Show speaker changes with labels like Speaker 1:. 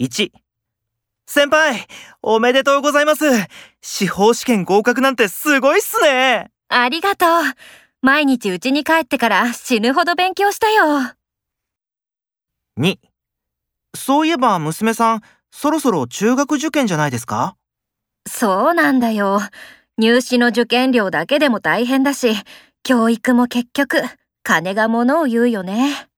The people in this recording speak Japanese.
Speaker 1: 1先輩おめでとうございます司法試験合格なんてすごいっすね
Speaker 2: ありがとう。毎日家に帰ってから死ぬほど勉強したよ。
Speaker 1: 2そういえば娘さんそろそろ中学受験じゃないですか
Speaker 2: そうなんだよ。入試の受験料だけでも大変だし、教育も結局、金が物を言うよね。